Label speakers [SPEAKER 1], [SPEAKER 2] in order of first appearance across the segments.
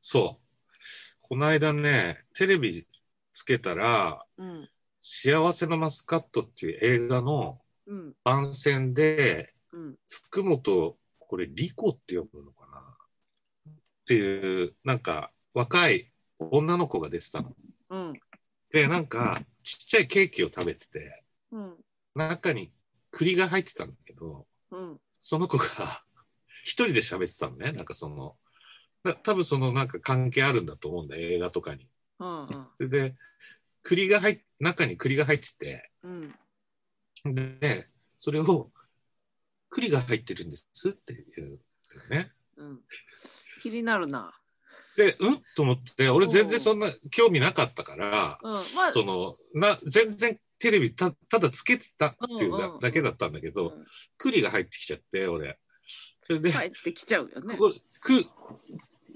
[SPEAKER 1] そう。この間ね、テレビつけたら、
[SPEAKER 2] うん。
[SPEAKER 1] 幸せのマスカットっていう映画の
[SPEAKER 2] うん。
[SPEAKER 1] 番宣で、
[SPEAKER 2] うん。
[SPEAKER 1] 福本、これ、リコって呼ぶのかなっていう、なんか、若い女の子が出てたの。
[SPEAKER 2] うん。
[SPEAKER 1] で、なんか、ちっちゃいケーキを食べてて、
[SPEAKER 2] うん。
[SPEAKER 1] 中に栗が入ってたんだけど、
[SPEAKER 2] うん。
[SPEAKER 1] その子が 一人で喋ってたのね、なんかその、だ多分そのなんか関係あるんだと思うんだよ、映画とかに。
[SPEAKER 2] うん。
[SPEAKER 1] それで、栗が入っ中に栗が入ってて、
[SPEAKER 2] うん。
[SPEAKER 1] で、それを、栗が入ってるんですっていうね。
[SPEAKER 2] うん。気になるな。
[SPEAKER 1] で、うんと思って、俺全然そんな興味なかったから、
[SPEAKER 2] うん。まあ、
[SPEAKER 1] その、な、全然テレビたただつけてたっていう
[SPEAKER 2] うんう
[SPEAKER 1] だ
[SPEAKER 2] ん
[SPEAKER 1] だけだったんだけど、
[SPEAKER 2] うん
[SPEAKER 1] 栗が入ってきちゃって、俺。それで、
[SPEAKER 2] 帰ってきちゃうよね。
[SPEAKER 1] ここく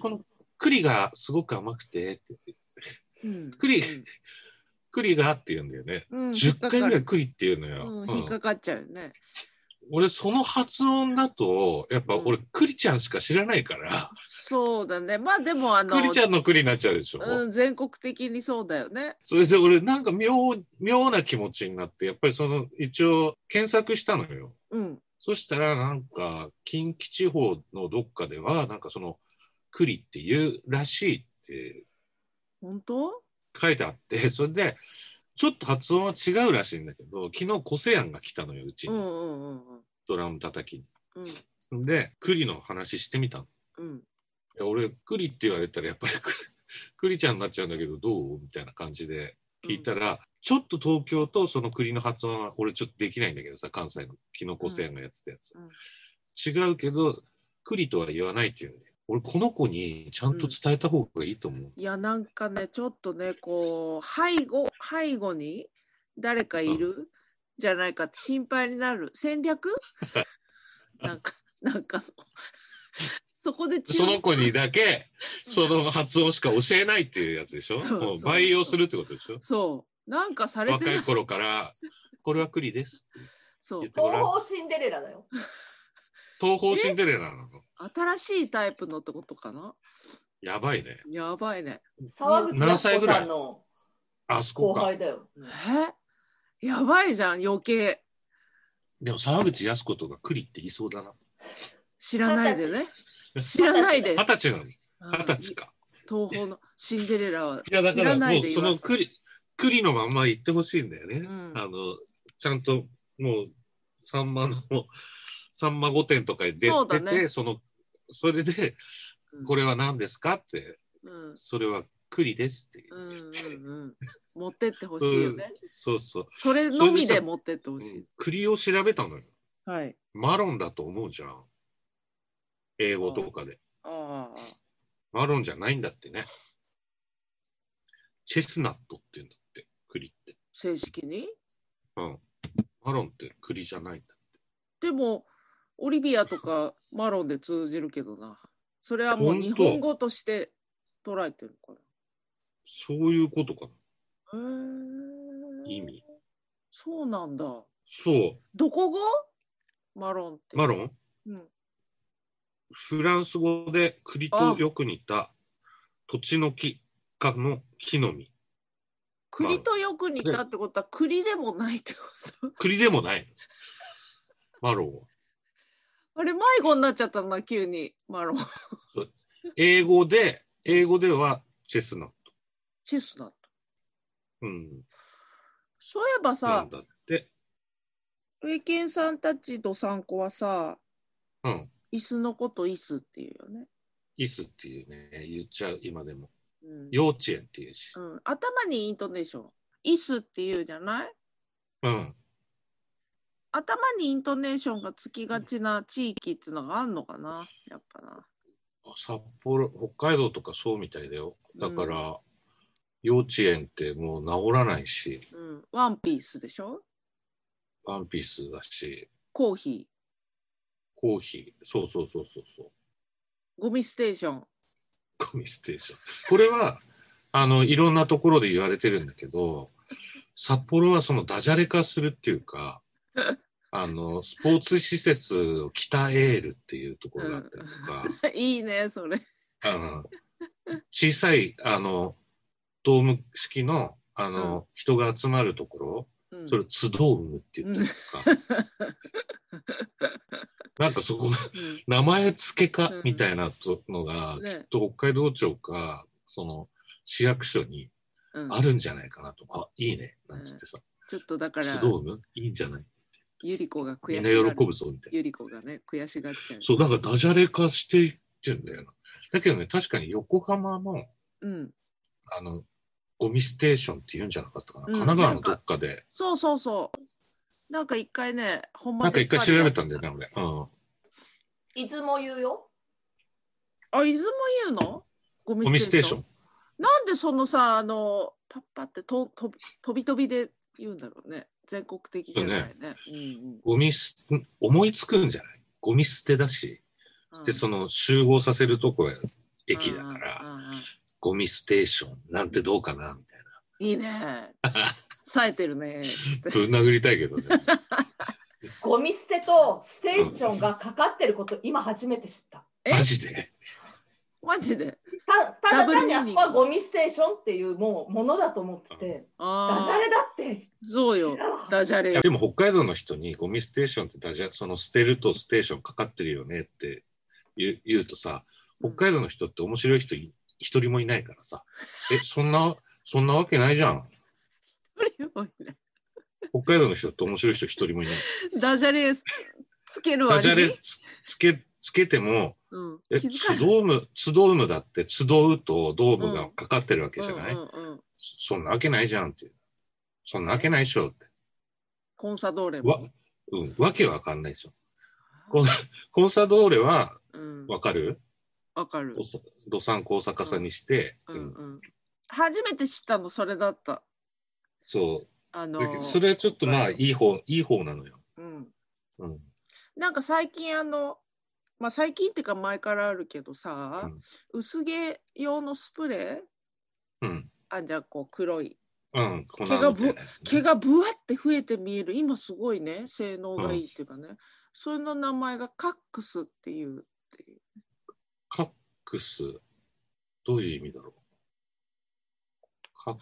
[SPEAKER 1] この栗がすごく甘くてって、
[SPEAKER 2] うん。
[SPEAKER 1] 栗栗がって言うんだよね。
[SPEAKER 2] うん。
[SPEAKER 1] 10回ぐら
[SPEAKER 2] い。
[SPEAKER 1] い栗って言うのよ。
[SPEAKER 2] う
[SPEAKER 1] うん
[SPEAKER 2] ん。引っかかっちゃうよね。
[SPEAKER 1] 俺、その発音だと、やっぱ俺、栗ちゃんしか知らないから、
[SPEAKER 2] そうだね。まあでもあの、
[SPEAKER 1] 栗ちゃんの栗になっちゃうでしょ。
[SPEAKER 2] うん、全国的にそうだよね。
[SPEAKER 1] それで俺、なんか妙、妙な気持ちになって、やっぱりその、一応、検索したのよ。
[SPEAKER 2] うん。
[SPEAKER 1] そしたら、なんか、近畿地方のどっかでは、なんかその、栗っていうらしいって
[SPEAKER 2] 本当
[SPEAKER 1] 書いてあって、それで、ちょっと発音は違うらしいんだけど、昨日、コセヤンが来たのよ、うち
[SPEAKER 2] うん
[SPEAKER 1] に、
[SPEAKER 2] うんうんうん。
[SPEAKER 1] ドラム叩き
[SPEAKER 2] うん
[SPEAKER 1] に。で、栗の話してみたの。
[SPEAKER 2] うん。
[SPEAKER 1] いや俺、栗って言われたら、やっぱり栗、栗ちゃんになっちゃうんだけど、どうみたいな感じで聞いたら、ちょっと東京とその栗の発音は俺ちょっとできないんだけどさ関西のキノコ製のやつってやつ、違うけど栗とは言わないっていうんで俺この子にちゃんと伝えた方がいいと思う、
[SPEAKER 2] いやなんかねちょっとねこう背後背後に誰かいる、じゃないかって心配になる 戦略なんかなんかの そこで
[SPEAKER 1] その子にだ けその発音しか教えないっていうやつでしょ
[SPEAKER 2] そうそう
[SPEAKER 1] もう培養するってことでしょ
[SPEAKER 2] そうなんかされて
[SPEAKER 1] 若
[SPEAKER 2] ないい
[SPEAKER 1] 頃からこれは栗ですって
[SPEAKER 2] そう
[SPEAKER 1] 言っても
[SPEAKER 3] 東
[SPEAKER 1] らう
[SPEAKER 3] 方シンデレラだよ。
[SPEAKER 1] 東方シンデレラなの
[SPEAKER 2] 新しいタイプのってことかな
[SPEAKER 1] やばいね
[SPEAKER 2] やばいね
[SPEAKER 3] 沢口
[SPEAKER 1] 何歳
[SPEAKER 3] 靖
[SPEAKER 1] ぐ
[SPEAKER 3] 子
[SPEAKER 1] らい
[SPEAKER 3] さんの
[SPEAKER 1] あそこ
[SPEAKER 3] 後
[SPEAKER 1] か
[SPEAKER 3] 輩だよ。
[SPEAKER 2] えやばいじゃん余計
[SPEAKER 1] でも沢口靖子とか栗って言いそうだな
[SPEAKER 2] 知らないでね知らないで
[SPEAKER 1] 二十歳なのに
[SPEAKER 2] うん
[SPEAKER 1] 二十歳か
[SPEAKER 2] 東宝のシンデレラはい
[SPEAKER 1] やだ
[SPEAKER 2] 知
[SPEAKER 1] からら
[SPEAKER 2] な
[SPEAKER 1] も
[SPEAKER 2] いうで
[SPEAKER 1] そ
[SPEAKER 2] 言わ
[SPEAKER 1] の
[SPEAKER 2] せ
[SPEAKER 1] 栗栗のまんま言ってほしいんだよね、
[SPEAKER 2] うん
[SPEAKER 1] あのちゃんともうさんまの さんま御殿とかに出
[SPEAKER 2] そうだ
[SPEAKER 1] て
[SPEAKER 2] ね
[SPEAKER 1] てそのそれで
[SPEAKER 2] うん
[SPEAKER 1] これは何ですかって
[SPEAKER 2] うん
[SPEAKER 1] それは栗ですって言
[SPEAKER 2] うんう
[SPEAKER 1] って、
[SPEAKER 2] んうん、 持ってってほしいよね。
[SPEAKER 1] そうそう、
[SPEAKER 2] それの
[SPEAKER 1] それで
[SPEAKER 2] みで
[SPEAKER 1] さ
[SPEAKER 2] 持ってってほ
[SPEAKER 1] う
[SPEAKER 2] しい
[SPEAKER 1] ん。栗を調べたのよ
[SPEAKER 2] はい。
[SPEAKER 1] マロンだと思うじゃん英語とかで
[SPEAKER 2] ああ。
[SPEAKER 1] マロンじゃないんだってねチェスナットって言うんだって栗って
[SPEAKER 2] 正式に。
[SPEAKER 1] うんマロンって栗じゃないんだ
[SPEAKER 2] でも、オリビアとかマロンで通じるけどな。それはもう
[SPEAKER 1] 本当
[SPEAKER 2] 日本語として捉えてるか
[SPEAKER 1] そういうことか
[SPEAKER 2] ら。へ
[SPEAKER 1] な、
[SPEAKER 2] え。
[SPEAKER 1] 意味。
[SPEAKER 2] そうなんだ。
[SPEAKER 1] そ
[SPEAKER 2] どこ語マロンって。
[SPEAKER 1] う、マロン
[SPEAKER 2] うん。
[SPEAKER 1] フランス語で栗とよく似た土地の木かの木の実。
[SPEAKER 2] 栗とよく似たってことは栗でもないってこと。
[SPEAKER 1] 栗でもない。マロンは。
[SPEAKER 2] あれ迷子になっちゃったな急にマロン。
[SPEAKER 1] 英語で、英語ではチェスナット。
[SPEAKER 2] チェスナット。
[SPEAKER 1] うん。
[SPEAKER 2] そういえば
[SPEAKER 1] な
[SPEAKER 2] さ
[SPEAKER 1] ん、だって。
[SPEAKER 2] ウイケンさんたちと参考はさ、
[SPEAKER 1] うん。
[SPEAKER 2] 椅子のこと椅子っていうよね。
[SPEAKER 1] イスっていうね、言っちゃう、今でも。
[SPEAKER 2] うん
[SPEAKER 1] 幼稚園っていうし。
[SPEAKER 2] うん、頭にイントネーション。椅子っていうじゃない
[SPEAKER 1] うん。
[SPEAKER 2] 頭にイントネーションがつきがちな地域っていうのがあんのかなやっぱな。
[SPEAKER 1] 札幌、北海道とかそうみたいだよ。だから、幼稚園ってもう治らないし、
[SPEAKER 2] うん。ワンピースでしょ
[SPEAKER 1] ワンピースだし、
[SPEAKER 2] コーヒ
[SPEAKER 1] コーヒー、そうそうそうそうそう、
[SPEAKER 2] ー、ゴミステーション。
[SPEAKER 1] ゴミステーション。これは、 あの、いろんなところで言われてるんだけど、札幌はそのダジャレ化するっていうか、あの、スポーツ施設を北エールっていうところがあったりとか、
[SPEAKER 2] いいね、それ。
[SPEAKER 1] あの小さい、あの、ドーム式の、あの、人が集まるところ、
[SPEAKER 2] うん
[SPEAKER 1] それ、ツドームって言ったりとか、なんかそこ、
[SPEAKER 2] うん
[SPEAKER 1] 名前付けか
[SPEAKER 2] うん、
[SPEAKER 1] みたいなとのが、き
[SPEAKER 2] ね
[SPEAKER 1] っと北海道庁か、その、市役所に
[SPEAKER 2] うん
[SPEAKER 1] あるんじゃないかなと、あ、いいね、なんつってさ、
[SPEAKER 2] ちょっとだから
[SPEAKER 1] ツドームいいんじゃない
[SPEAKER 2] ゆり子が悔
[SPEAKER 1] み
[SPEAKER 2] し
[SPEAKER 1] ん
[SPEAKER 2] が
[SPEAKER 1] な
[SPEAKER 2] る
[SPEAKER 1] 喜ぶぞ、みたいな。
[SPEAKER 2] ゆり子がね悔しがっちゃう。
[SPEAKER 1] そう、なんかダジャレ化していってんだよな。だけどね、確かに横浜の、
[SPEAKER 2] うん、
[SPEAKER 1] あの、ゴミステーションって言うんじゃなかったかな。
[SPEAKER 2] うん
[SPEAKER 1] 神奈川のどっかで。
[SPEAKER 2] そうそうそう。なんか一回ね、ほんま
[SPEAKER 1] なんか一回調べたんだよ
[SPEAKER 2] ね。
[SPEAKER 1] ね、俺。うん。
[SPEAKER 3] 出雲言うよ。
[SPEAKER 2] あ、出雲言うのゴ
[SPEAKER 1] ゴミステーション。
[SPEAKER 2] なんでそのさ、あの、パッパってとと飛び飛びで言うんだろうね。全国的じゃないね。うん
[SPEAKER 1] ゴミす、ん思いつくんじゃないゴミ捨てだし。
[SPEAKER 2] うん、
[SPEAKER 1] で、その集合させるところや駅だから、
[SPEAKER 2] うんうんうんうん
[SPEAKER 1] ゴミステーションなんてどうかな、みたい
[SPEAKER 2] いい ね。冴えてるね。
[SPEAKER 1] な。 ぶん殴りたいけどね。
[SPEAKER 3] ゴミ捨てとステーションがかかってること、今初めて知った。
[SPEAKER 2] え
[SPEAKER 1] マジで。
[SPEAKER 2] マジで。
[SPEAKER 3] たただ
[SPEAKER 2] ダブル
[SPEAKER 3] 単にあ
[SPEAKER 2] ミーニング
[SPEAKER 3] そこはゴミステーションっていうもうものだと思ってて、ダジャ
[SPEAKER 2] あ
[SPEAKER 3] レだって
[SPEAKER 2] あ、そうよ
[SPEAKER 3] 知。らなかった
[SPEAKER 2] ダジャ
[SPEAKER 1] い
[SPEAKER 2] レ
[SPEAKER 1] や。でも北海道の人にゴミステーションってダジャ、その捨てるとステーションかかってるよねって言う言うとさ、北海道の人って面白い人い一人もいないからさ、え、そんな、そんなわけないじゃん。
[SPEAKER 2] これよね
[SPEAKER 1] 北海道の人って面白い人一人もいない。
[SPEAKER 2] ダジャレつける
[SPEAKER 1] ダ
[SPEAKER 2] 割
[SPEAKER 1] ジャレ
[SPEAKER 2] に。
[SPEAKER 1] つつけ、つけても、
[SPEAKER 2] うん、
[SPEAKER 1] え、
[SPEAKER 2] 気づか
[SPEAKER 1] ツ
[SPEAKER 2] ない
[SPEAKER 1] ドーム、ツドームだって、ツドウとドームがかかってるわけじゃない、
[SPEAKER 2] うんうんうん、
[SPEAKER 1] そんなわけないじゃんっていう。そんなわけないっしょって。
[SPEAKER 2] コンサドーレ
[SPEAKER 1] わ
[SPEAKER 2] も。、
[SPEAKER 1] うん、わけわかんないですよ。こんコンサドーレは、
[SPEAKER 2] うん、
[SPEAKER 1] わかる
[SPEAKER 2] わかる
[SPEAKER 1] ど。さどさんこう逆さにして、
[SPEAKER 2] う
[SPEAKER 1] うん
[SPEAKER 2] んうん、初めて知ったのそれだった。
[SPEAKER 1] そ
[SPEAKER 2] あ
[SPEAKER 1] う
[SPEAKER 2] の
[SPEAKER 1] だけどそれはちょっとまあいい方いい方なのよ、
[SPEAKER 2] うん、
[SPEAKER 1] うん
[SPEAKER 2] なんか最近あの、まあ、最近っていうか前からあるけど
[SPEAKER 1] う
[SPEAKER 2] さ、
[SPEAKER 1] ん
[SPEAKER 2] 薄毛用のスプレー
[SPEAKER 1] うん
[SPEAKER 2] あじゃあこう黒い
[SPEAKER 1] うん、粉み
[SPEAKER 2] 毛
[SPEAKER 1] たい
[SPEAKER 2] が
[SPEAKER 1] な
[SPEAKER 2] ぶ
[SPEAKER 1] やつね
[SPEAKER 2] 毛がぶわって増えて見える今すごいね性能がいいっていうかね、それの名前がカックスっていうっていう
[SPEAKER 1] カックスどういう意味だろうか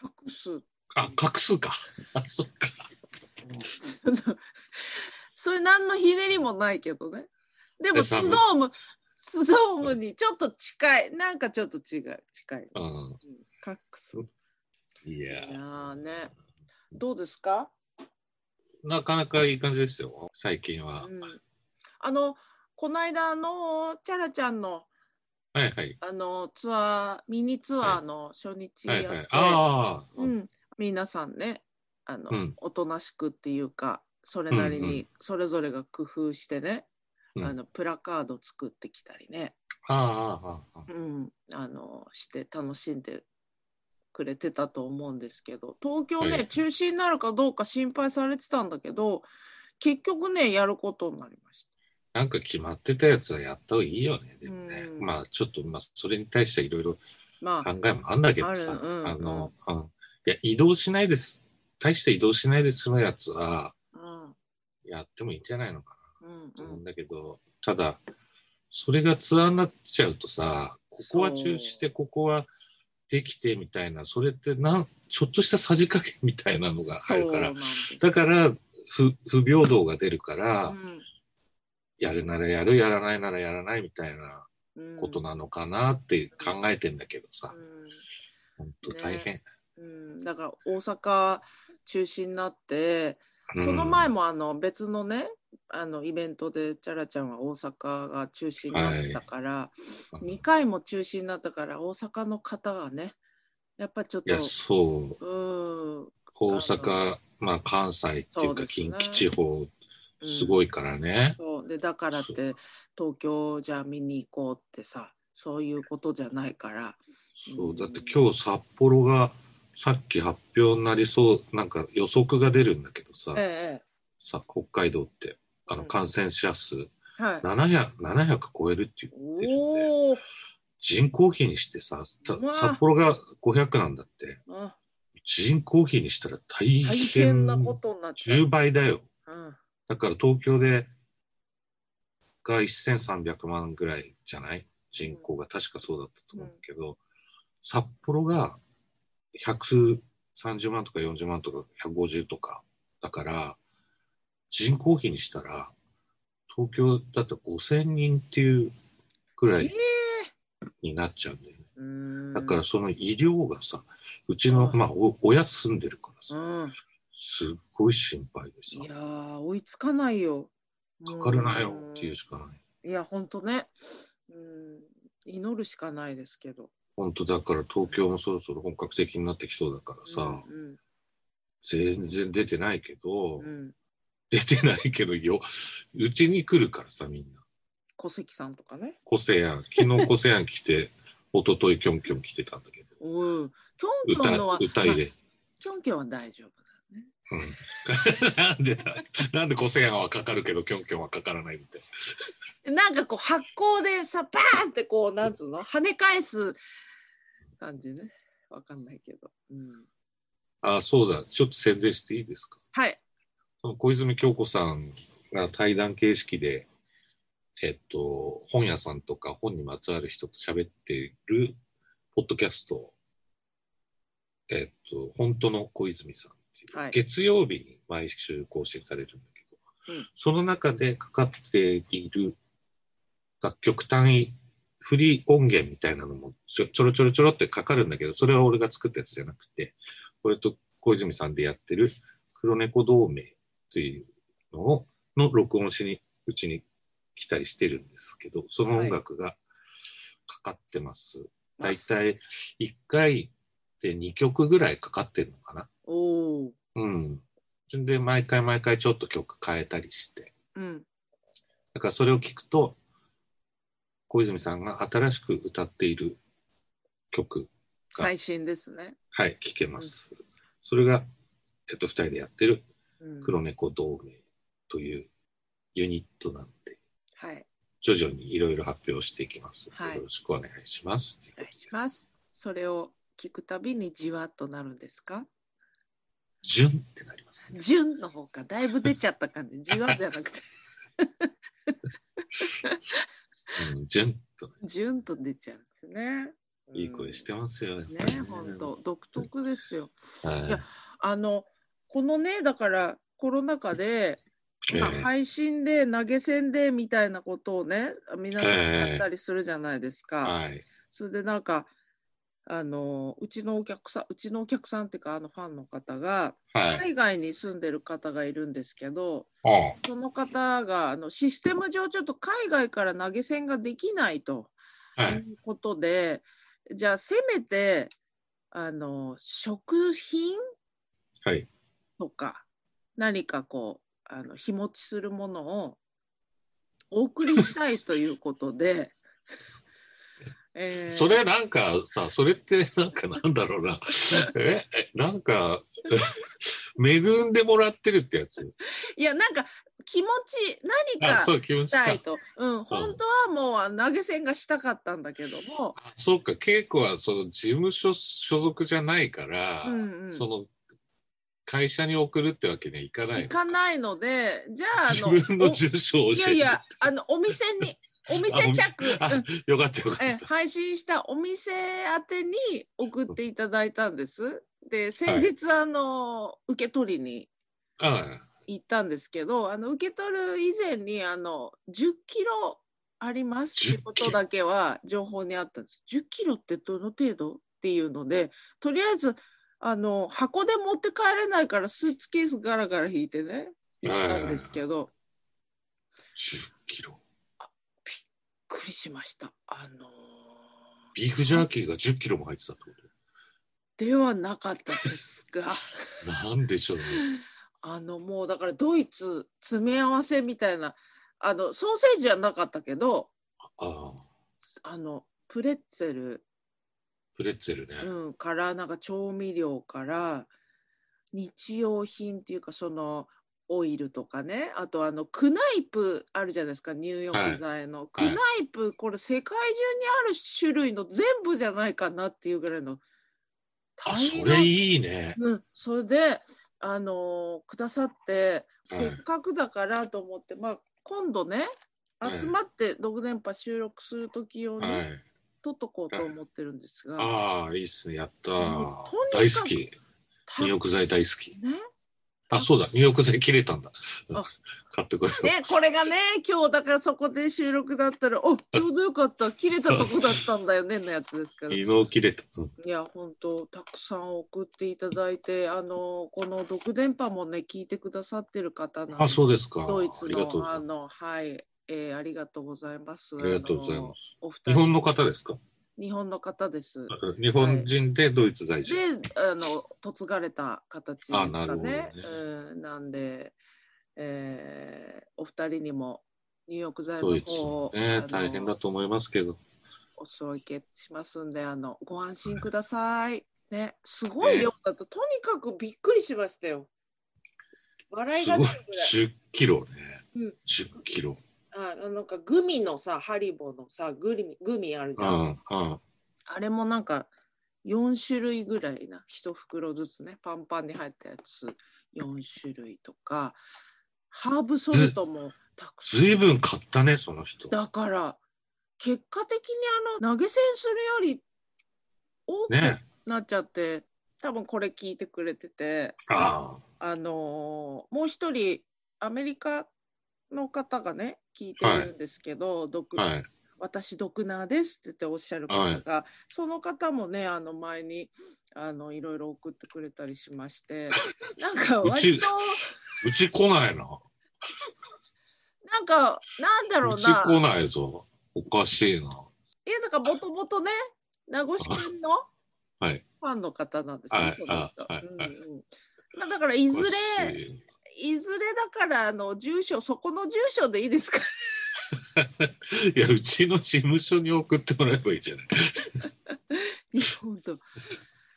[SPEAKER 2] カックス
[SPEAKER 1] あ画数か あそっか
[SPEAKER 2] そのそれ何のひねりもないけどねでも
[SPEAKER 1] え
[SPEAKER 2] ツ
[SPEAKER 1] さ
[SPEAKER 2] ドームツドームにちょっと近いなんかちょっと違う近い
[SPEAKER 1] うん
[SPEAKER 2] カックス
[SPEAKER 1] い
[SPEAKER 2] い
[SPEAKER 1] や
[SPEAKER 2] やーねどうですか、
[SPEAKER 1] なかなかいい感じですよ最近は、
[SPEAKER 2] うん、あのこの間のチャラちゃんの
[SPEAKER 1] はいはい
[SPEAKER 2] あのツアーミニツアーの初日や
[SPEAKER 1] は
[SPEAKER 2] っ
[SPEAKER 1] い
[SPEAKER 2] て、
[SPEAKER 1] はいああ、
[SPEAKER 2] う
[SPEAKER 1] うん
[SPEAKER 2] ん、皆さんねあの、
[SPEAKER 1] うん
[SPEAKER 2] おとなしくっていうかそれなり
[SPEAKER 1] うんう
[SPEAKER 2] にそれぞれが工夫してね、
[SPEAKER 1] うん
[SPEAKER 2] あのプラカード作ってきたりね、
[SPEAKER 1] あああああ
[SPEAKER 2] うん、あのして楽しんでくれてたと思うんですけど東京ね、
[SPEAKER 1] はい
[SPEAKER 2] 中止になるかどうか心配されてたんだけど結局ねやることになりまし
[SPEAKER 1] なんか決まってたやつはやった方がいいよねでもね、
[SPEAKER 2] うん
[SPEAKER 1] まあちょっとまあそれに対していろいろ
[SPEAKER 2] た。まあ
[SPEAKER 1] 考えもあんだけど
[SPEAKER 2] あ
[SPEAKER 1] さ
[SPEAKER 2] る、うん
[SPEAKER 1] あの、うんいや、移動しないです。大して移動しないですのやつは、
[SPEAKER 2] うん
[SPEAKER 1] やってもいいんじゃないのか
[SPEAKER 2] うん
[SPEAKER 1] なと思う
[SPEAKER 2] うんん
[SPEAKER 1] だけど、ただ、それがツアーになっちゃうとさ、ここは中止して、ここはできてみたいな、それってなん、ちょっとしたさじ加減みたいなのがあるか
[SPEAKER 2] そうな
[SPEAKER 1] ら
[SPEAKER 2] ん、です
[SPEAKER 1] だから、不不平等が出るから、
[SPEAKER 2] うん
[SPEAKER 1] やるならやる、やらないならやらないみたいな
[SPEAKER 2] うん
[SPEAKER 1] ことなのかなって考えてんだけどさ、
[SPEAKER 2] うん
[SPEAKER 1] ほんと大変。
[SPEAKER 2] うん、だから大阪中止になって、
[SPEAKER 1] うん
[SPEAKER 2] その前もあの別のねあのイベントでチャラちゃんは大阪が中止になってたから、
[SPEAKER 1] うん
[SPEAKER 2] 2回も中止になったから大阪の方がねやっぱちょっ
[SPEAKER 1] い
[SPEAKER 2] と
[SPEAKER 1] や、そう
[SPEAKER 2] うん
[SPEAKER 1] 大阪、まあ、関西っていう
[SPEAKER 2] そう
[SPEAKER 1] か
[SPEAKER 2] ですね
[SPEAKER 1] 近畿地方
[SPEAKER 2] うん
[SPEAKER 1] すごいからね。
[SPEAKER 2] そうでだからって東京じゃあ見に行こうってさそういうことじゃないから
[SPEAKER 1] そううんだって今日札幌がさっき発表になりそうなんか予測が出るんだけどさ,、
[SPEAKER 2] ええ
[SPEAKER 1] さ北海道ってあ
[SPEAKER 2] う
[SPEAKER 1] の
[SPEAKER 2] ん
[SPEAKER 1] 感染者数
[SPEAKER 2] はい
[SPEAKER 1] 700, 700超えるっていう
[SPEAKER 2] おお
[SPEAKER 1] 人口比にしてさた
[SPEAKER 2] うわ
[SPEAKER 1] 札幌が500なんだって
[SPEAKER 2] あ
[SPEAKER 1] 人口比にしたら大変
[SPEAKER 2] 大変なことになっちゃ
[SPEAKER 1] 10
[SPEAKER 2] う、
[SPEAKER 1] 倍だよ
[SPEAKER 2] うん
[SPEAKER 1] だから東京でが1300万ぐらいじゃない人口が確かそうだったと思うけど、札幌が130万とか40万とか150とかだから人口比にしたら東京だと5000人っていうくら
[SPEAKER 2] え
[SPEAKER 1] いになっちゃうんだよね。
[SPEAKER 2] ーうーん
[SPEAKER 1] だからその医療がさうちの、
[SPEAKER 2] うん
[SPEAKER 1] まあお親住んでるからさ
[SPEAKER 2] うん、
[SPEAKER 1] すっごい心配で
[SPEAKER 2] いや
[SPEAKER 1] さ
[SPEAKER 2] ー追いつかないよ。
[SPEAKER 1] かからないよっていううしかない。
[SPEAKER 2] ん。いや本当ね、うん、祈るしかないですけど。
[SPEAKER 1] 本当だから東京もそろそろ本格的になってきそうだからさ、
[SPEAKER 2] うん
[SPEAKER 1] 全然出てないけど、
[SPEAKER 2] うんうん、
[SPEAKER 1] 出てないけどようちに来るからさみんな
[SPEAKER 2] 小関さんとかね。
[SPEAKER 1] 個性やん昨日個性やん来て 一昨日キョンキョン来てたんだけど
[SPEAKER 2] うん。キョンキョンのは
[SPEAKER 1] 歌歌入
[SPEAKER 2] まあ
[SPEAKER 1] れ、
[SPEAKER 2] キョンキョンは大丈夫だね。
[SPEAKER 1] なんでだなんで個性やんはかかるけどキョンキョンはかからないみたい
[SPEAKER 2] なんかこう発光でさバーンってこうなんつうの跳ね返す感じねわかんないけど、うん、
[SPEAKER 1] なあそうだちょっと宣伝していいですか
[SPEAKER 2] はい
[SPEAKER 1] その小泉京子さんが対談形式で、えっと、本屋さんとか本にまつわる人と喋っているポッドキャスト、えっと、本当の小泉さんっていう、
[SPEAKER 2] はい
[SPEAKER 1] 月曜日に毎週更新されるんだけど、
[SPEAKER 2] うん
[SPEAKER 1] その中でかかっている楽曲単位、フリー音源みたいなのもちょちょろちょろちょろってかかるんだけど、それは俺が作ったやつじゃなくて、俺と小泉さんでやってる黒猫同盟というのを、の録音しに、うちに来たりしてるんですけど、その音楽がかかってます。大体1回で2曲ぐらいかかってるのかな。
[SPEAKER 2] おおー
[SPEAKER 1] うん。それで毎回毎回ちょっと曲変えたりして。
[SPEAKER 2] うん
[SPEAKER 1] だからそれを聞くと、小泉さんが新しく歌っている曲、
[SPEAKER 2] 最新ですね、
[SPEAKER 1] はい、聴けます。それが、えっと、2人でやってる
[SPEAKER 2] うん、
[SPEAKER 1] 黒猫同盟というユニットなんで、
[SPEAKER 2] はい
[SPEAKER 1] 徐々にいろいろ発表していきますので、
[SPEAKER 2] はい
[SPEAKER 1] よろしくお願いします。
[SPEAKER 2] お願いしますそれを聞くたびにじわっとなるんですか
[SPEAKER 1] 順ってなりますね。
[SPEAKER 2] 純の方がだいぶ出ちゃった感じじわじゃなくて
[SPEAKER 1] うん、順とね
[SPEAKER 2] 純と出ちゃうんですね
[SPEAKER 1] いい声してますよ。やっぱ
[SPEAKER 2] ね
[SPEAKER 1] り
[SPEAKER 2] 本当独特ですよ
[SPEAKER 1] はい
[SPEAKER 2] いやあのこのねだからコロナ禍で
[SPEAKER 1] ええ
[SPEAKER 2] まあ配信で投げ銭でみたいなことをね皆さん
[SPEAKER 1] ええ
[SPEAKER 2] やったりするじゃないですか。
[SPEAKER 1] はい。
[SPEAKER 2] それでなんかあのうちのお客さんうちのお客さんっていうかあのファンの方が
[SPEAKER 1] はい。
[SPEAKER 2] 海外に住んでる方がいるんですけど
[SPEAKER 1] あ
[SPEAKER 2] その方があのシステム上ちょっと海外から投げ銭ができないと
[SPEAKER 1] あはいい。
[SPEAKER 2] うことでじゃあせめてあの食品
[SPEAKER 1] はい。
[SPEAKER 2] とか何かこうあの日持ちするものをお送りしたいということで、 えー
[SPEAKER 1] それなんかさ、それってなんかなんだろう な。え、えなんか、 恵んでもらってるってやつ。
[SPEAKER 2] いやなんか気持ち
[SPEAKER 1] あ、
[SPEAKER 2] 何
[SPEAKER 1] そ
[SPEAKER 2] か
[SPEAKER 1] う、気持
[SPEAKER 2] し
[SPEAKER 1] ちか
[SPEAKER 2] たいとうん、本当はもう投げ銭がしたかったんだけども、
[SPEAKER 1] あそうか、稽古はその事務所所属じゃないから、
[SPEAKER 2] うんうん
[SPEAKER 1] その会社に送るってわけにはいかない
[SPEAKER 2] 行
[SPEAKER 1] の
[SPEAKER 2] かないのでじゃああ
[SPEAKER 1] 自
[SPEAKER 2] の
[SPEAKER 1] 分の
[SPEAKER 2] お
[SPEAKER 1] 住所を
[SPEAKER 2] い
[SPEAKER 1] 教えて。
[SPEAKER 2] やいやあのお店 にお店着
[SPEAKER 1] あお店
[SPEAKER 2] う
[SPEAKER 1] あ
[SPEAKER 2] ん
[SPEAKER 1] よかったよかった。
[SPEAKER 2] え配信したお店宛てに送っていただいたんです。で先日、あの受け取りに
[SPEAKER 1] あ
[SPEAKER 2] 行ったんですけどあの受け取る以前にあの10キロありますってこ
[SPEAKER 1] 10キ
[SPEAKER 2] と
[SPEAKER 1] ロ
[SPEAKER 2] だけは情報にあったんです。10キロってどの程度っていうのでとりあえずあの箱で持って帰れないからスーツケースガラガラ引いてね行ったんですけど
[SPEAKER 1] 10キロ。
[SPEAKER 2] びっくりしました。あの
[SPEAKER 1] ビーフジャーキーが10キロも入ってたってこ
[SPEAKER 2] ではなかったですが。
[SPEAKER 1] となんでしょうね。
[SPEAKER 2] あのもうだからドイツ詰め合わせみたいなあのソーセージはなかったけど
[SPEAKER 1] ああ、
[SPEAKER 2] あのプレッツェル、
[SPEAKER 1] プレッツェルね。
[SPEAKER 2] うん、からなんか調味料から日用品っていうかそのオイルとかねあとあのクナイプあるじゃないですか入浴剤の、クナイプこれ世界中にある種類の全部じゃないかなっていうぐらいの
[SPEAKER 1] あ、
[SPEAKER 2] 大
[SPEAKER 1] そ
[SPEAKER 2] 量
[SPEAKER 1] れいいね。
[SPEAKER 2] うん、それで、あのーくださって、
[SPEAKER 1] はい
[SPEAKER 2] せっかくだからと思って、まあ、今度ね
[SPEAKER 1] はい
[SPEAKER 2] 集まって「独電波」収録する時用に、
[SPEAKER 1] はい。
[SPEAKER 2] 取っとこうと思ってるんですが、
[SPEAKER 1] ああ、いいっすね。やったー
[SPEAKER 2] もうとに
[SPEAKER 1] 大
[SPEAKER 2] かく
[SPEAKER 1] 好き。
[SPEAKER 2] た
[SPEAKER 1] 入浴剤大好き。
[SPEAKER 2] ね
[SPEAKER 1] あ、そうだ。入浴剤切れたんだ
[SPEAKER 2] あ。
[SPEAKER 1] 買ってこよう。
[SPEAKER 2] ね、これがね、今日だからそこで収録だったら、おちょうどよかった、切れたとこだったんだよね、のやつですから。い
[SPEAKER 1] 昨日切れた。うん
[SPEAKER 2] や、本当たくさん送っていただいて、あの、この独電波もね、聞いてくださってる方なんで
[SPEAKER 1] あ、そうですか。
[SPEAKER 2] ドイツ
[SPEAKER 1] ありがとうご
[SPEAKER 2] の、
[SPEAKER 1] ざ
[SPEAKER 2] あ
[SPEAKER 1] いま
[SPEAKER 2] の、はい、えーありがとうございます。
[SPEAKER 1] す。ありがとうござい
[SPEAKER 2] あ
[SPEAKER 1] ま
[SPEAKER 2] の
[SPEAKER 1] す。
[SPEAKER 2] お二人
[SPEAKER 1] 日本の方ですか
[SPEAKER 2] 日本の方です。
[SPEAKER 1] 日本人でドイツ在住。
[SPEAKER 2] で、あの、嫁がれた形です
[SPEAKER 1] あなる
[SPEAKER 2] か
[SPEAKER 1] ほど
[SPEAKER 2] ね
[SPEAKER 1] ね。
[SPEAKER 2] うん、なんで、えーお二人にも入浴剤
[SPEAKER 1] ド
[SPEAKER 2] の
[SPEAKER 1] イツ
[SPEAKER 2] 方を、
[SPEAKER 1] ね
[SPEAKER 2] あの
[SPEAKER 1] 大変だと思いますけど。
[SPEAKER 2] お裾分けしますんで、あの、ご安心ください。ね、すごい量だった。とにかくびっくりしましたよ。笑い
[SPEAKER 1] す
[SPEAKER 2] が
[SPEAKER 1] ご
[SPEAKER 2] 出
[SPEAKER 1] い
[SPEAKER 2] るぐらい。
[SPEAKER 1] 10キロ
[SPEAKER 2] う
[SPEAKER 1] ね
[SPEAKER 2] ん。
[SPEAKER 1] 10キロ。
[SPEAKER 2] ああのなんかグミのさ、ハリボーのさ、グミグミあるじ
[SPEAKER 1] う
[SPEAKER 2] ゃん。
[SPEAKER 1] ん、うん。
[SPEAKER 2] あれもなんか4種類ぐらいな、1袋ずつね、パンパンに入ったやつ4種類とか、ハーブソルトもたくさん
[SPEAKER 1] ずいぶん買ったね、その人。
[SPEAKER 2] だから、結果的にあの投げ銭するより多く
[SPEAKER 1] ね。
[SPEAKER 2] なっちゃって、多分これ聞いてくれてて、
[SPEAKER 1] あ
[SPEAKER 2] あのーもう一人アメリカの方がね、聞いてるんですけど、
[SPEAKER 1] あ。
[SPEAKER 2] 独立
[SPEAKER 1] はい。
[SPEAKER 2] 私ドクナーですって言っておっしゃる方が、その方もねあの前にあのいろいろ送ってくれたりしまして なんか
[SPEAKER 1] うち
[SPEAKER 2] 割と
[SPEAKER 1] うち来ないな。
[SPEAKER 2] なんかなんだろう
[SPEAKER 1] うち
[SPEAKER 2] な
[SPEAKER 1] 来ないぞ。おかしいな。
[SPEAKER 2] いやなんかもともとね名越くんの
[SPEAKER 1] はい。
[SPEAKER 2] ファンの方なんですよ、
[SPEAKER 1] はい
[SPEAKER 2] この人。
[SPEAKER 1] はい
[SPEAKER 2] うん
[SPEAKER 1] はい
[SPEAKER 2] うんまあ、だからいず
[SPEAKER 1] おかし
[SPEAKER 2] れ
[SPEAKER 1] い
[SPEAKER 2] いずれだからあの住所そこの住所でいいですか
[SPEAKER 1] いや、うちの事務所に送ってもらえばいいじゃない。
[SPEAKER 2] いや本当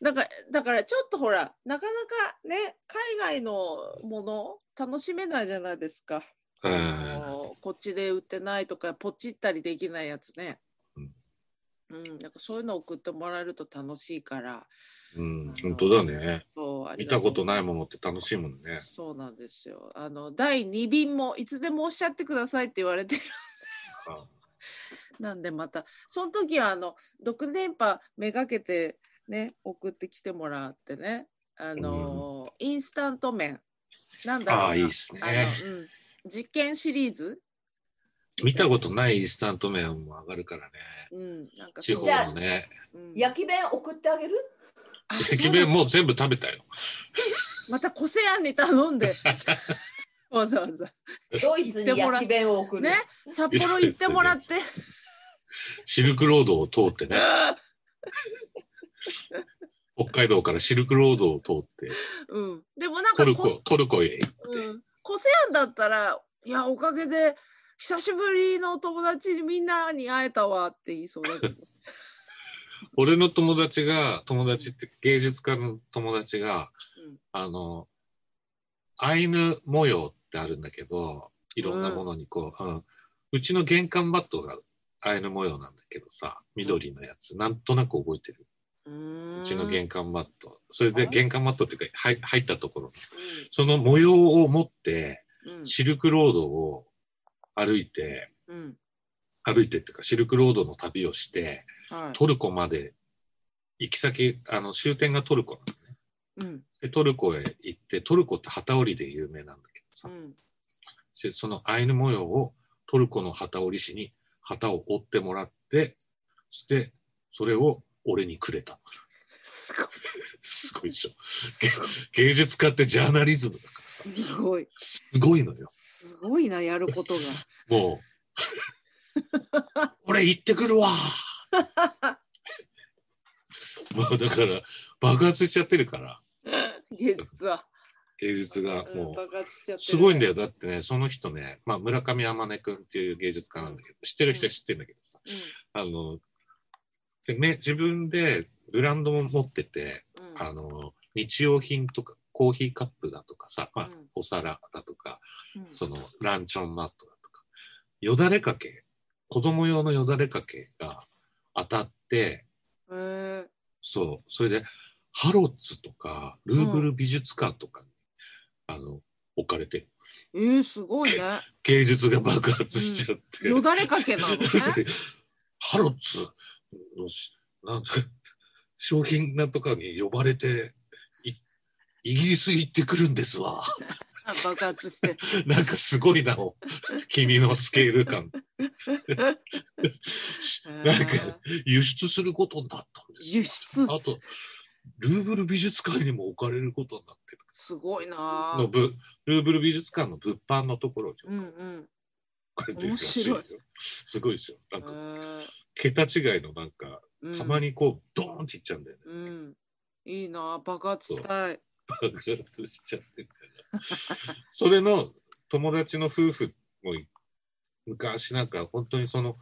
[SPEAKER 2] なんかだからちょっとほらなかなかね海外のもの楽しめないじゃないですか。あ
[SPEAKER 1] うん
[SPEAKER 2] のこっちで売ってないとかポチったりできないやつね
[SPEAKER 1] うん。
[SPEAKER 2] うん、なんかそういうの送ってもらえると楽しいから。
[SPEAKER 1] うん、本当だね。
[SPEAKER 2] そうあ
[SPEAKER 1] 見
[SPEAKER 2] り
[SPEAKER 1] た
[SPEAKER 2] がとう
[SPEAKER 1] ことないものって楽しいもんね。
[SPEAKER 2] そうなんですよ。あの第2便もいつでもおっしゃってくださいって言われてなんでまたその時はあの独電波めがけてね送ってきてもらってねあの、インスタント麺なんだろうな
[SPEAKER 1] ああ、いいっす
[SPEAKER 2] あ
[SPEAKER 1] ね。
[SPEAKER 2] の、うん、実験シリーズ
[SPEAKER 1] 見たことないインスタント麺も上がるからね。
[SPEAKER 2] うん、なんか
[SPEAKER 1] 地
[SPEAKER 2] そう
[SPEAKER 1] 方のね。
[SPEAKER 2] うん
[SPEAKER 3] 焼き弁送ってあげる
[SPEAKER 2] あ
[SPEAKER 1] 駅弁もう全部食べたよ。
[SPEAKER 2] また個性案に頼ん でわざわざ
[SPEAKER 3] ドイツに焼き弁を送る。
[SPEAKER 2] ね札幌行ってもらって
[SPEAKER 1] シルクロードを通ってね。北海道からシルクロードを通って、
[SPEAKER 2] うんでもなん
[SPEAKER 1] ト
[SPEAKER 2] か
[SPEAKER 1] ル
[SPEAKER 2] こ
[SPEAKER 1] コ、トルコへ。
[SPEAKER 2] うん、個性案だったらいやおかげで久しぶりのお友達にみんなに会えたわって言いそうだけど
[SPEAKER 1] 俺の友達が、友達って芸術家の友達が、
[SPEAKER 2] うん
[SPEAKER 1] あの、アイヌ模様ってあるんだけど、いろんなものにこう、うんうちの玄関バットがアイヌ模様なんだけどさ、緑のやつ、なんとなく覚えてる。
[SPEAKER 2] うー
[SPEAKER 1] う
[SPEAKER 2] ん
[SPEAKER 1] ちの玄関バット。それで玄関バットっていうか、はい入ったところ。
[SPEAKER 2] う
[SPEAKER 1] その模様を持って、
[SPEAKER 2] ん
[SPEAKER 1] シルクロードを歩いて、
[SPEAKER 2] うんうん
[SPEAKER 1] 歩いてっていうか、シルクロードの旅をして、
[SPEAKER 2] は
[SPEAKER 1] トルコまで、行き先、あの、終点がトルコなのね。
[SPEAKER 2] いうん
[SPEAKER 1] で、トルコへ行って、トルコって旗織りで有名なんだけど
[SPEAKER 2] う
[SPEAKER 1] さ、
[SPEAKER 2] ん
[SPEAKER 1] でそのアイヌ模様をトルコの旗織り師に旗を折ってもらって、そして、それを俺にくれた。
[SPEAKER 2] すごい
[SPEAKER 1] すごいでしょ。芸術家ってジャーナリズムだからさ、
[SPEAKER 2] すごい
[SPEAKER 1] すごいのよ。
[SPEAKER 2] すごいなやることが
[SPEAKER 1] もう、俺行ってくるわもうだから、爆発しちゃってるから、
[SPEAKER 2] 芸術は
[SPEAKER 1] 芸術がもう。
[SPEAKER 2] 爆発しちゃってる
[SPEAKER 1] すごいんだよ。だってね、その人ね、まあ、村上天音君っていう芸術家なんだけど、知ってる人は知ってるんだけどさ、あの、でめ自分でブランドも持ってて、
[SPEAKER 2] うんうん
[SPEAKER 1] あの、日用品とか、コーヒーカップだとかさ、まあ
[SPEAKER 2] うん、
[SPEAKER 1] お皿だとか、
[SPEAKER 2] うん
[SPEAKER 1] その、ランチョンマットだとか、よだれかけ、子供用のよだれかけが当たって、
[SPEAKER 2] へえ
[SPEAKER 1] そう、それで、ハロッツとか、ルーブル美術館とかに、あの、置かれて
[SPEAKER 2] えー、すごいね。
[SPEAKER 1] 芸術が爆発しちゃって。
[SPEAKER 2] よだれかけなのね。
[SPEAKER 1] ハロッツ、よしなんか商品なんとかに呼ばれていイギリス行ってくるんですわ
[SPEAKER 2] あ爆発して。
[SPEAKER 1] なんかすごいなお君のスケール感なんか輸出することになったんです
[SPEAKER 2] 輸出
[SPEAKER 1] あとルーブル美術館にも置かれることになってる
[SPEAKER 2] すごいな
[SPEAKER 1] の
[SPEAKER 2] ぁ。
[SPEAKER 1] ぶルーブル美術館の物販のところに
[SPEAKER 2] うんうん。
[SPEAKER 1] 置かれてるらしい
[SPEAKER 2] 面
[SPEAKER 1] ですよすごいですよなんか
[SPEAKER 2] へ
[SPEAKER 1] 桁違いのなんか
[SPEAKER 2] ー
[SPEAKER 1] たま。にこうドーンっていっちゃうんだよね
[SPEAKER 2] うんうん。いいなぁ爆発したい。
[SPEAKER 1] 爆発しちゃってるからそれの友達の夫婦もい昔なんか本当にその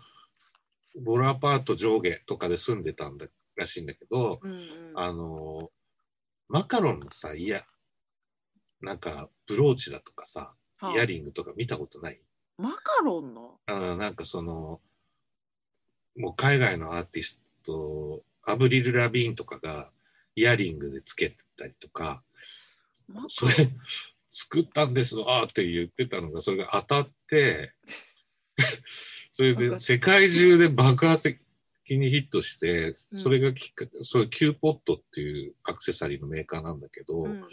[SPEAKER 1] ボロアパート上下とかで住んでたんだらしいんだけど、
[SPEAKER 2] うんうん。
[SPEAKER 1] あのマカロンのさいやなんかブローチだとかさ
[SPEAKER 2] は
[SPEAKER 1] イヤリングとか見たことない
[SPEAKER 2] マカロンの。
[SPEAKER 1] あのなんかそのもう海外のアーティストアブリル・ラビーンとかがイヤリングでつけてたりとか
[SPEAKER 2] マカ
[SPEAKER 1] それ作ったんですわーって言ってたのがそれが当た ってそれで世界中で爆発的にヒットして
[SPEAKER 2] うん
[SPEAKER 1] それがきっかそれキューポットっていうアクセサリーのメーカーなんだけど、
[SPEAKER 2] ロン。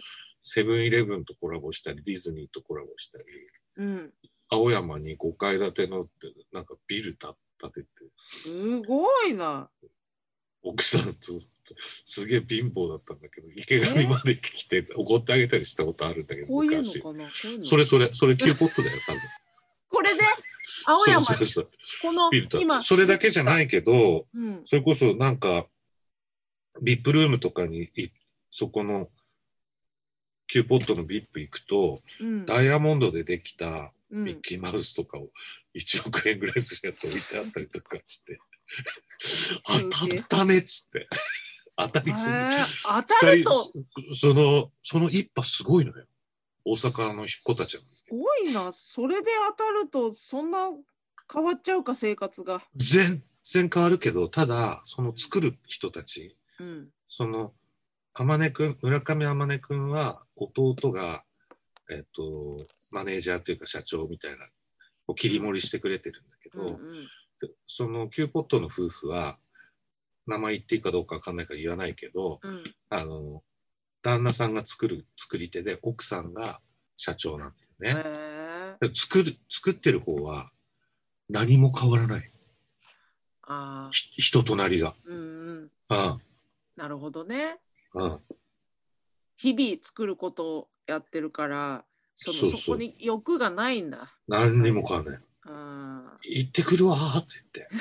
[SPEAKER 1] セブンイレブンとコラボしたりディズニーとコラボしたり
[SPEAKER 2] うん。うん。
[SPEAKER 1] 青山に5階建てのってなんかビル建てて
[SPEAKER 2] すごいな。
[SPEAKER 1] 奥さんとすげえ貧乏だったんだけど池上まで来て怒ってあげたりしたことあるんだけど
[SPEAKER 2] こういう
[SPEAKER 1] 昔
[SPEAKER 2] のかな。こういうの
[SPEAKER 1] それそれそれキューポットだよ多分。
[SPEAKER 2] これで。青山。
[SPEAKER 1] そうそうそう
[SPEAKER 2] この。
[SPEAKER 1] ビルと
[SPEAKER 2] 今。
[SPEAKER 1] それだけじゃないけど、
[SPEAKER 2] うん。
[SPEAKER 1] それこそなんか、VIP ルームとかにい、そこの、キューポットの VIP 行くと、
[SPEAKER 2] うん。
[SPEAKER 1] ダイヤモンドでできた
[SPEAKER 2] う
[SPEAKER 1] ミッ
[SPEAKER 2] ん。
[SPEAKER 1] キーマウスとかを1億円ぐらいするやつ置いてあったりとかして、
[SPEAKER 2] す
[SPEAKER 1] 当
[SPEAKER 2] げ
[SPEAKER 1] た
[SPEAKER 2] え
[SPEAKER 1] ったねっつって、当たりすぎ
[SPEAKER 2] へー当たると。す
[SPEAKER 1] 二人その、その一派すごいのよ。大阪の子たちは。
[SPEAKER 2] ごいな。それで当たると、そんな。変わっちゃうか、生活が。
[SPEAKER 1] 全然変わるけど、ただ、その作る人たち、
[SPEAKER 2] うん。
[SPEAKER 1] その、天音くん、村上天音くんは、弟が、えっと、マネージャーというか社長みたいな、を切り盛りしてくれてるんだけ
[SPEAKER 2] う
[SPEAKER 1] ど、
[SPEAKER 2] ん。うん。
[SPEAKER 1] そのキューポットの夫婦は、名前言っていいかどうかわかんないから言わないけど、
[SPEAKER 2] うん。
[SPEAKER 1] あの、旦那さんが作る作り手で、奥さんが社長なんだよね。
[SPEAKER 2] へえ。
[SPEAKER 1] で作る、作ってる方は、何も変わらない。
[SPEAKER 2] ああ。
[SPEAKER 1] ひ人となりが。
[SPEAKER 2] うんうん。
[SPEAKER 1] うん、
[SPEAKER 2] なるほどね。
[SPEAKER 1] うん。
[SPEAKER 2] 日々作ることをやってるからその
[SPEAKER 1] そ
[SPEAKER 2] そう
[SPEAKER 1] そう
[SPEAKER 2] こに欲がないんだ。
[SPEAKER 1] 何にも変わらない。
[SPEAKER 2] あ
[SPEAKER 1] 行ってくるわーって言って。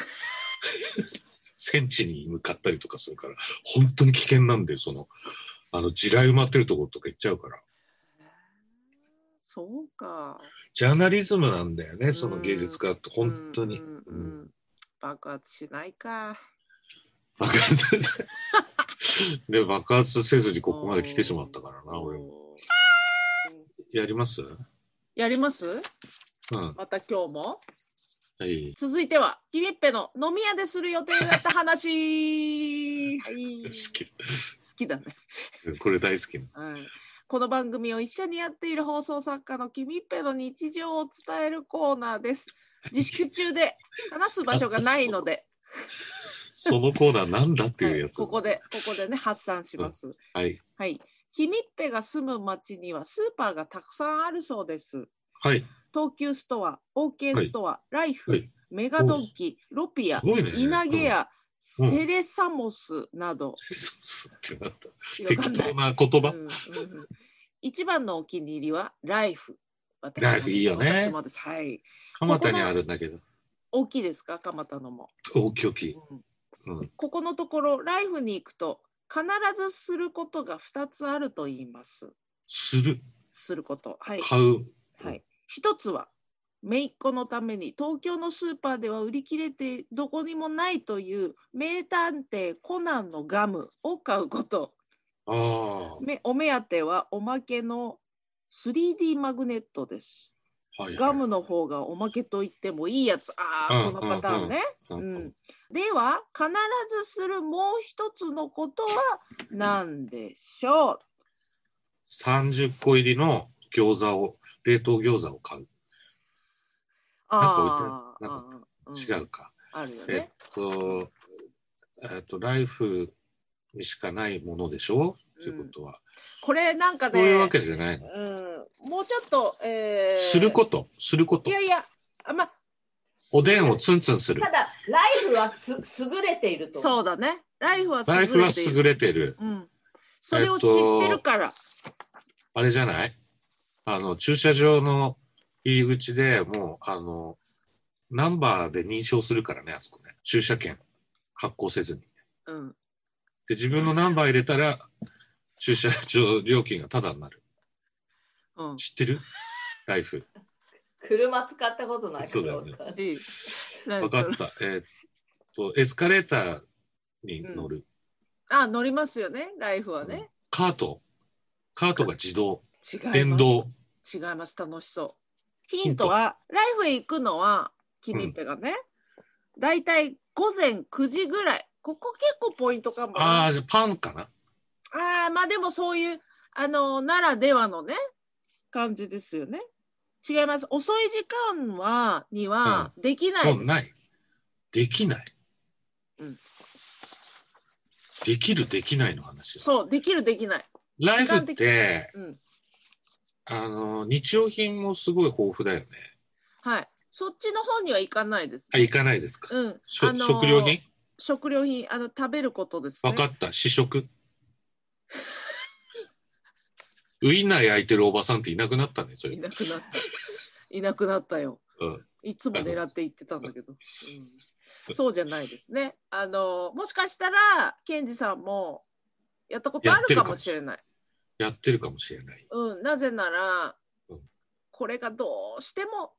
[SPEAKER 1] 戦地に向かったりとかするから、本当に危険なんで、その、あの、地雷埋まってるところとか行っちゃうから。
[SPEAKER 2] ーそうか。
[SPEAKER 1] ジャーナリズムなんだよね、その
[SPEAKER 2] うん
[SPEAKER 1] 芸術家って、本当に
[SPEAKER 2] う。んう
[SPEAKER 1] うん
[SPEAKER 2] うん爆発しないか。
[SPEAKER 1] 爆発 で、爆発せずにここまで来てしまったからな、俺も。
[SPEAKER 2] も。
[SPEAKER 1] やりますう
[SPEAKER 2] やります
[SPEAKER 1] ん。
[SPEAKER 2] また今日も
[SPEAKER 1] はい。
[SPEAKER 2] 続いてはキビッペの飲み屋でする予定だった話 はい
[SPEAKER 1] 好
[SPEAKER 2] 好
[SPEAKER 1] き。
[SPEAKER 2] きだね。
[SPEAKER 1] これ大好き。
[SPEAKER 2] はいこの番組を一緒にやっている放送作家のキミッペの日常を伝えるコーナーです。自粛中で話す場所がないので、
[SPEAKER 1] そのコーナーなんだって
[SPEAKER 2] はい
[SPEAKER 1] いうやつ。
[SPEAKER 2] ここ。で、ここでね、発散します。
[SPEAKER 1] はい。
[SPEAKER 2] はい。キミッペが住む町にはスーパーがたくさんあるそうです。
[SPEAKER 1] はい。
[SPEAKER 2] 東急ストア、OK ストア、ライフ、
[SPEAKER 1] はい
[SPEAKER 2] メガドンキ、ロピア
[SPEAKER 1] す、ごいね。
[SPEAKER 2] 稲毛屋、
[SPEAKER 1] うん
[SPEAKER 2] セレサモスなど、
[SPEAKER 1] うん。 そうそうってなった。
[SPEAKER 2] わか
[SPEAKER 1] 適
[SPEAKER 2] んない
[SPEAKER 1] 当な言葉
[SPEAKER 2] う。んうんうん一番のお気に入りはライフ。私も
[SPEAKER 1] ライフいいよね
[SPEAKER 2] 私もです。はい。
[SPEAKER 1] 蒲田にあるんだけど、
[SPEAKER 2] 大きいですか、蒲田のも。
[SPEAKER 1] 大きい大きい。
[SPEAKER 2] うん
[SPEAKER 1] うん。
[SPEAKER 2] ここのところ、ライフに行くと、必ずすることが2つあると言います。
[SPEAKER 1] する、
[SPEAKER 2] すること。はい。
[SPEAKER 1] 買う。
[SPEAKER 2] はい、一つは、姪っ子のために東京のスーパーでは売り切れてどこにもないという名探偵コナンのガムを買うこと。
[SPEAKER 1] あ
[SPEAKER 2] めお目当てはおまけの 3D マグネットです。
[SPEAKER 1] あ、はいはい。
[SPEAKER 2] ガムの方がおまけと言ってもいいやつ。ああ、
[SPEAKER 1] うん
[SPEAKER 2] このパターンね。
[SPEAKER 1] う。
[SPEAKER 2] うんん。では、必ずするもう一つのことは何でしょう
[SPEAKER 1] 30個入りの餃子を、冷凍餃子を買う。なんか置いてあ
[SPEAKER 2] あ
[SPEAKER 1] る
[SPEAKER 2] あ
[SPEAKER 1] なん
[SPEAKER 2] ー、あー
[SPEAKER 1] 違うか。
[SPEAKER 2] あるよ
[SPEAKER 1] えっ
[SPEAKER 2] ね。
[SPEAKER 1] と、えっと、ライフにしかないものでしょということは。
[SPEAKER 2] これなんか
[SPEAKER 1] そういう
[SPEAKER 2] ね
[SPEAKER 1] わ、けじゃないの。
[SPEAKER 2] うん、もうちょっと、えー、
[SPEAKER 1] すること、すること
[SPEAKER 2] い。やいや、あまあ、
[SPEAKER 1] おでんをツンツンする
[SPEAKER 3] た。だ、ライフはす優れていると。
[SPEAKER 2] そうだね。ライフは
[SPEAKER 1] ライ
[SPEAKER 2] 優
[SPEAKER 1] フ
[SPEAKER 2] れ
[SPEAKER 1] は
[SPEAKER 2] てい
[SPEAKER 1] 優
[SPEAKER 2] る。
[SPEAKER 1] れてる。
[SPEAKER 2] うん。それを知ってるから。
[SPEAKER 1] あれじゃないあの、駐車場の入り口でもう、あの、ナンバーで認証するからね、あそこね。駐車券発行せずに。
[SPEAKER 2] うん。
[SPEAKER 1] で、自分のナンバー入れたら、駐車場料金がタダになる。
[SPEAKER 2] うん。
[SPEAKER 1] 知ってるライフ。
[SPEAKER 3] 車使ったことないから
[SPEAKER 1] そうだよね
[SPEAKER 3] わかんない
[SPEAKER 2] いい
[SPEAKER 1] 分かった。えーっと、エスカレーターに乗る。
[SPEAKER 2] あ、乗りますよね。ライフはね。
[SPEAKER 1] カート。カートが自動。
[SPEAKER 2] 違います。
[SPEAKER 1] 電動。
[SPEAKER 2] 違います。楽しそう。ヒントは、ライフへ行くのは、キミッペがね、だいたい午前9時ぐらい。ここ結構ポイントかもね。
[SPEAKER 1] ああ、じゃあパンかな
[SPEAKER 2] ああまあでもそういうあのならではのね感じですよね。違います遅い時間はにはできない、
[SPEAKER 1] もうない。できない。
[SPEAKER 2] うん
[SPEAKER 1] できる、できないの話よ。
[SPEAKER 2] そうできるできない。
[SPEAKER 1] ライフって、
[SPEAKER 2] うん、
[SPEAKER 1] あの、日用品もすごい豊富だよね。
[SPEAKER 2] はいそっちの方には行かないです、
[SPEAKER 1] あ、行かないですか。
[SPEAKER 2] うん
[SPEAKER 1] しょ食料品
[SPEAKER 2] 食料品あの食べることですね。
[SPEAKER 1] 分かった。試食。ウインナー焼いてるおばさんっていなくなったね、それ
[SPEAKER 2] い。なくなったいなくなった よ。
[SPEAKER 1] うん
[SPEAKER 2] いつも狙って行ってたんだけど、うんそうじゃないですね。あのもしかしたらケンジさんもやったことあるかもしれない。
[SPEAKER 1] やってるかもしれない。
[SPEAKER 2] うん、なぜなら、
[SPEAKER 1] うん
[SPEAKER 2] これがどうしても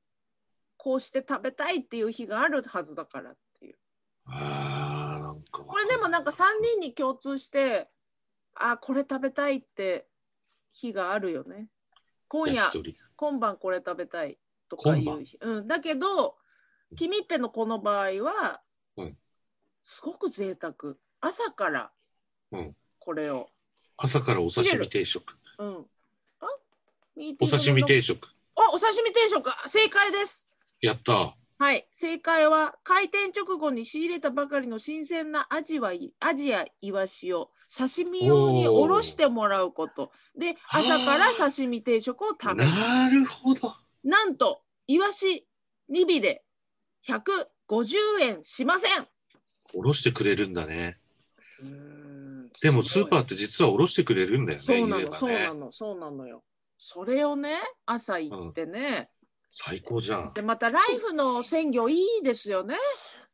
[SPEAKER 2] こうして食べたいっていう日があるはずだからっていう
[SPEAKER 1] あー、なんかわ
[SPEAKER 2] こ
[SPEAKER 1] か
[SPEAKER 2] れ
[SPEAKER 1] る
[SPEAKER 2] でもなんか3人に共通してあこれ食べたいって日があるよね今夜
[SPEAKER 1] 焼き鳥
[SPEAKER 2] 今晩これ食べたいとかいう日、うん、だけどキミッペのこの場合は、
[SPEAKER 1] うん
[SPEAKER 2] すごく贅沢朝から
[SPEAKER 1] うん
[SPEAKER 2] これを、
[SPEAKER 1] 朝からお刺身定食。
[SPEAKER 2] うんあミーテ
[SPEAKER 1] お
[SPEAKER 2] ィングの
[SPEAKER 1] 刺身定食。
[SPEAKER 2] おお刺身定食あ正解です
[SPEAKER 1] やったー。
[SPEAKER 2] はい、正解は開店直後に仕入れたばかりの新鮮なアジはアジやイワシを刺身用におろしてもらうことで
[SPEAKER 1] おー
[SPEAKER 2] 朝から刺身定食を食べる
[SPEAKER 1] なるほど。
[SPEAKER 2] なんとイワシ2尾で150円しません
[SPEAKER 1] おろしてくれるんだね。で
[SPEAKER 2] で
[SPEAKER 1] もスーパーって実はおろしてくれるんだよね。
[SPEAKER 2] そうな
[SPEAKER 1] 言え
[SPEAKER 2] の
[SPEAKER 1] ばね
[SPEAKER 2] そうなのそうなのよそれをね朝行ってね、
[SPEAKER 1] 最高じゃん。
[SPEAKER 2] でまたライフの鮮魚いいですよね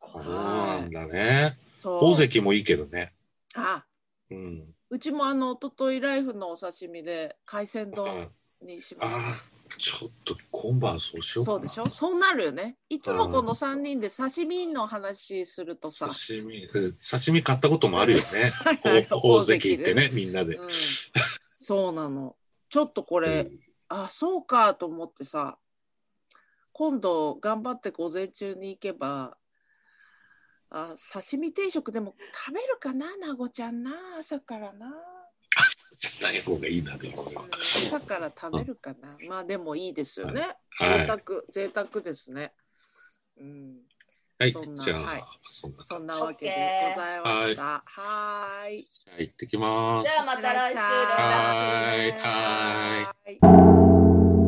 [SPEAKER 1] そうなんだね。
[SPEAKER 2] そう
[SPEAKER 1] 大関もいいけどね。
[SPEAKER 2] あ
[SPEAKER 1] うん。
[SPEAKER 2] うちもあの一昨日ライフのお刺身で海鮮
[SPEAKER 1] あ
[SPEAKER 2] 丼にしました。
[SPEAKER 1] あー、ちょっと今晩そうしようかな。
[SPEAKER 2] そうでしょそうなるよね。いつもこの3人で刺身の話すると さ、
[SPEAKER 1] 刺身、刺身買ったこともあるよ ね。お大関行ってね、みんなで
[SPEAKER 2] う。ん、そうなの。ちょっとこれ、
[SPEAKER 1] うん
[SPEAKER 2] あそうかと思ってさ今度頑張って午前中に行けばあ刺身定食でも食べるかななごちゃんな朝からな。
[SPEAKER 1] 朝じゃない方がいいな、でもこれは。
[SPEAKER 2] 朝から食べるかな。まあでもいいですよね。
[SPEAKER 1] はい。
[SPEAKER 2] 贅沢贅沢ですね。うん、
[SPEAKER 1] はい
[SPEAKER 2] そん。な
[SPEAKER 1] じゃ
[SPEAKER 2] はい
[SPEAKER 1] あ、そんな
[SPEAKER 2] そ
[SPEAKER 1] 感
[SPEAKER 2] んなわけでございました。はーい。
[SPEAKER 1] じ。はい行ってきます
[SPEAKER 3] じ。ゃあまた
[SPEAKER 2] いってらっ
[SPEAKER 3] 来週
[SPEAKER 2] しゃ
[SPEAKER 1] い
[SPEAKER 3] だ
[SPEAKER 1] は
[SPEAKER 3] な
[SPEAKER 1] い
[SPEAKER 2] はい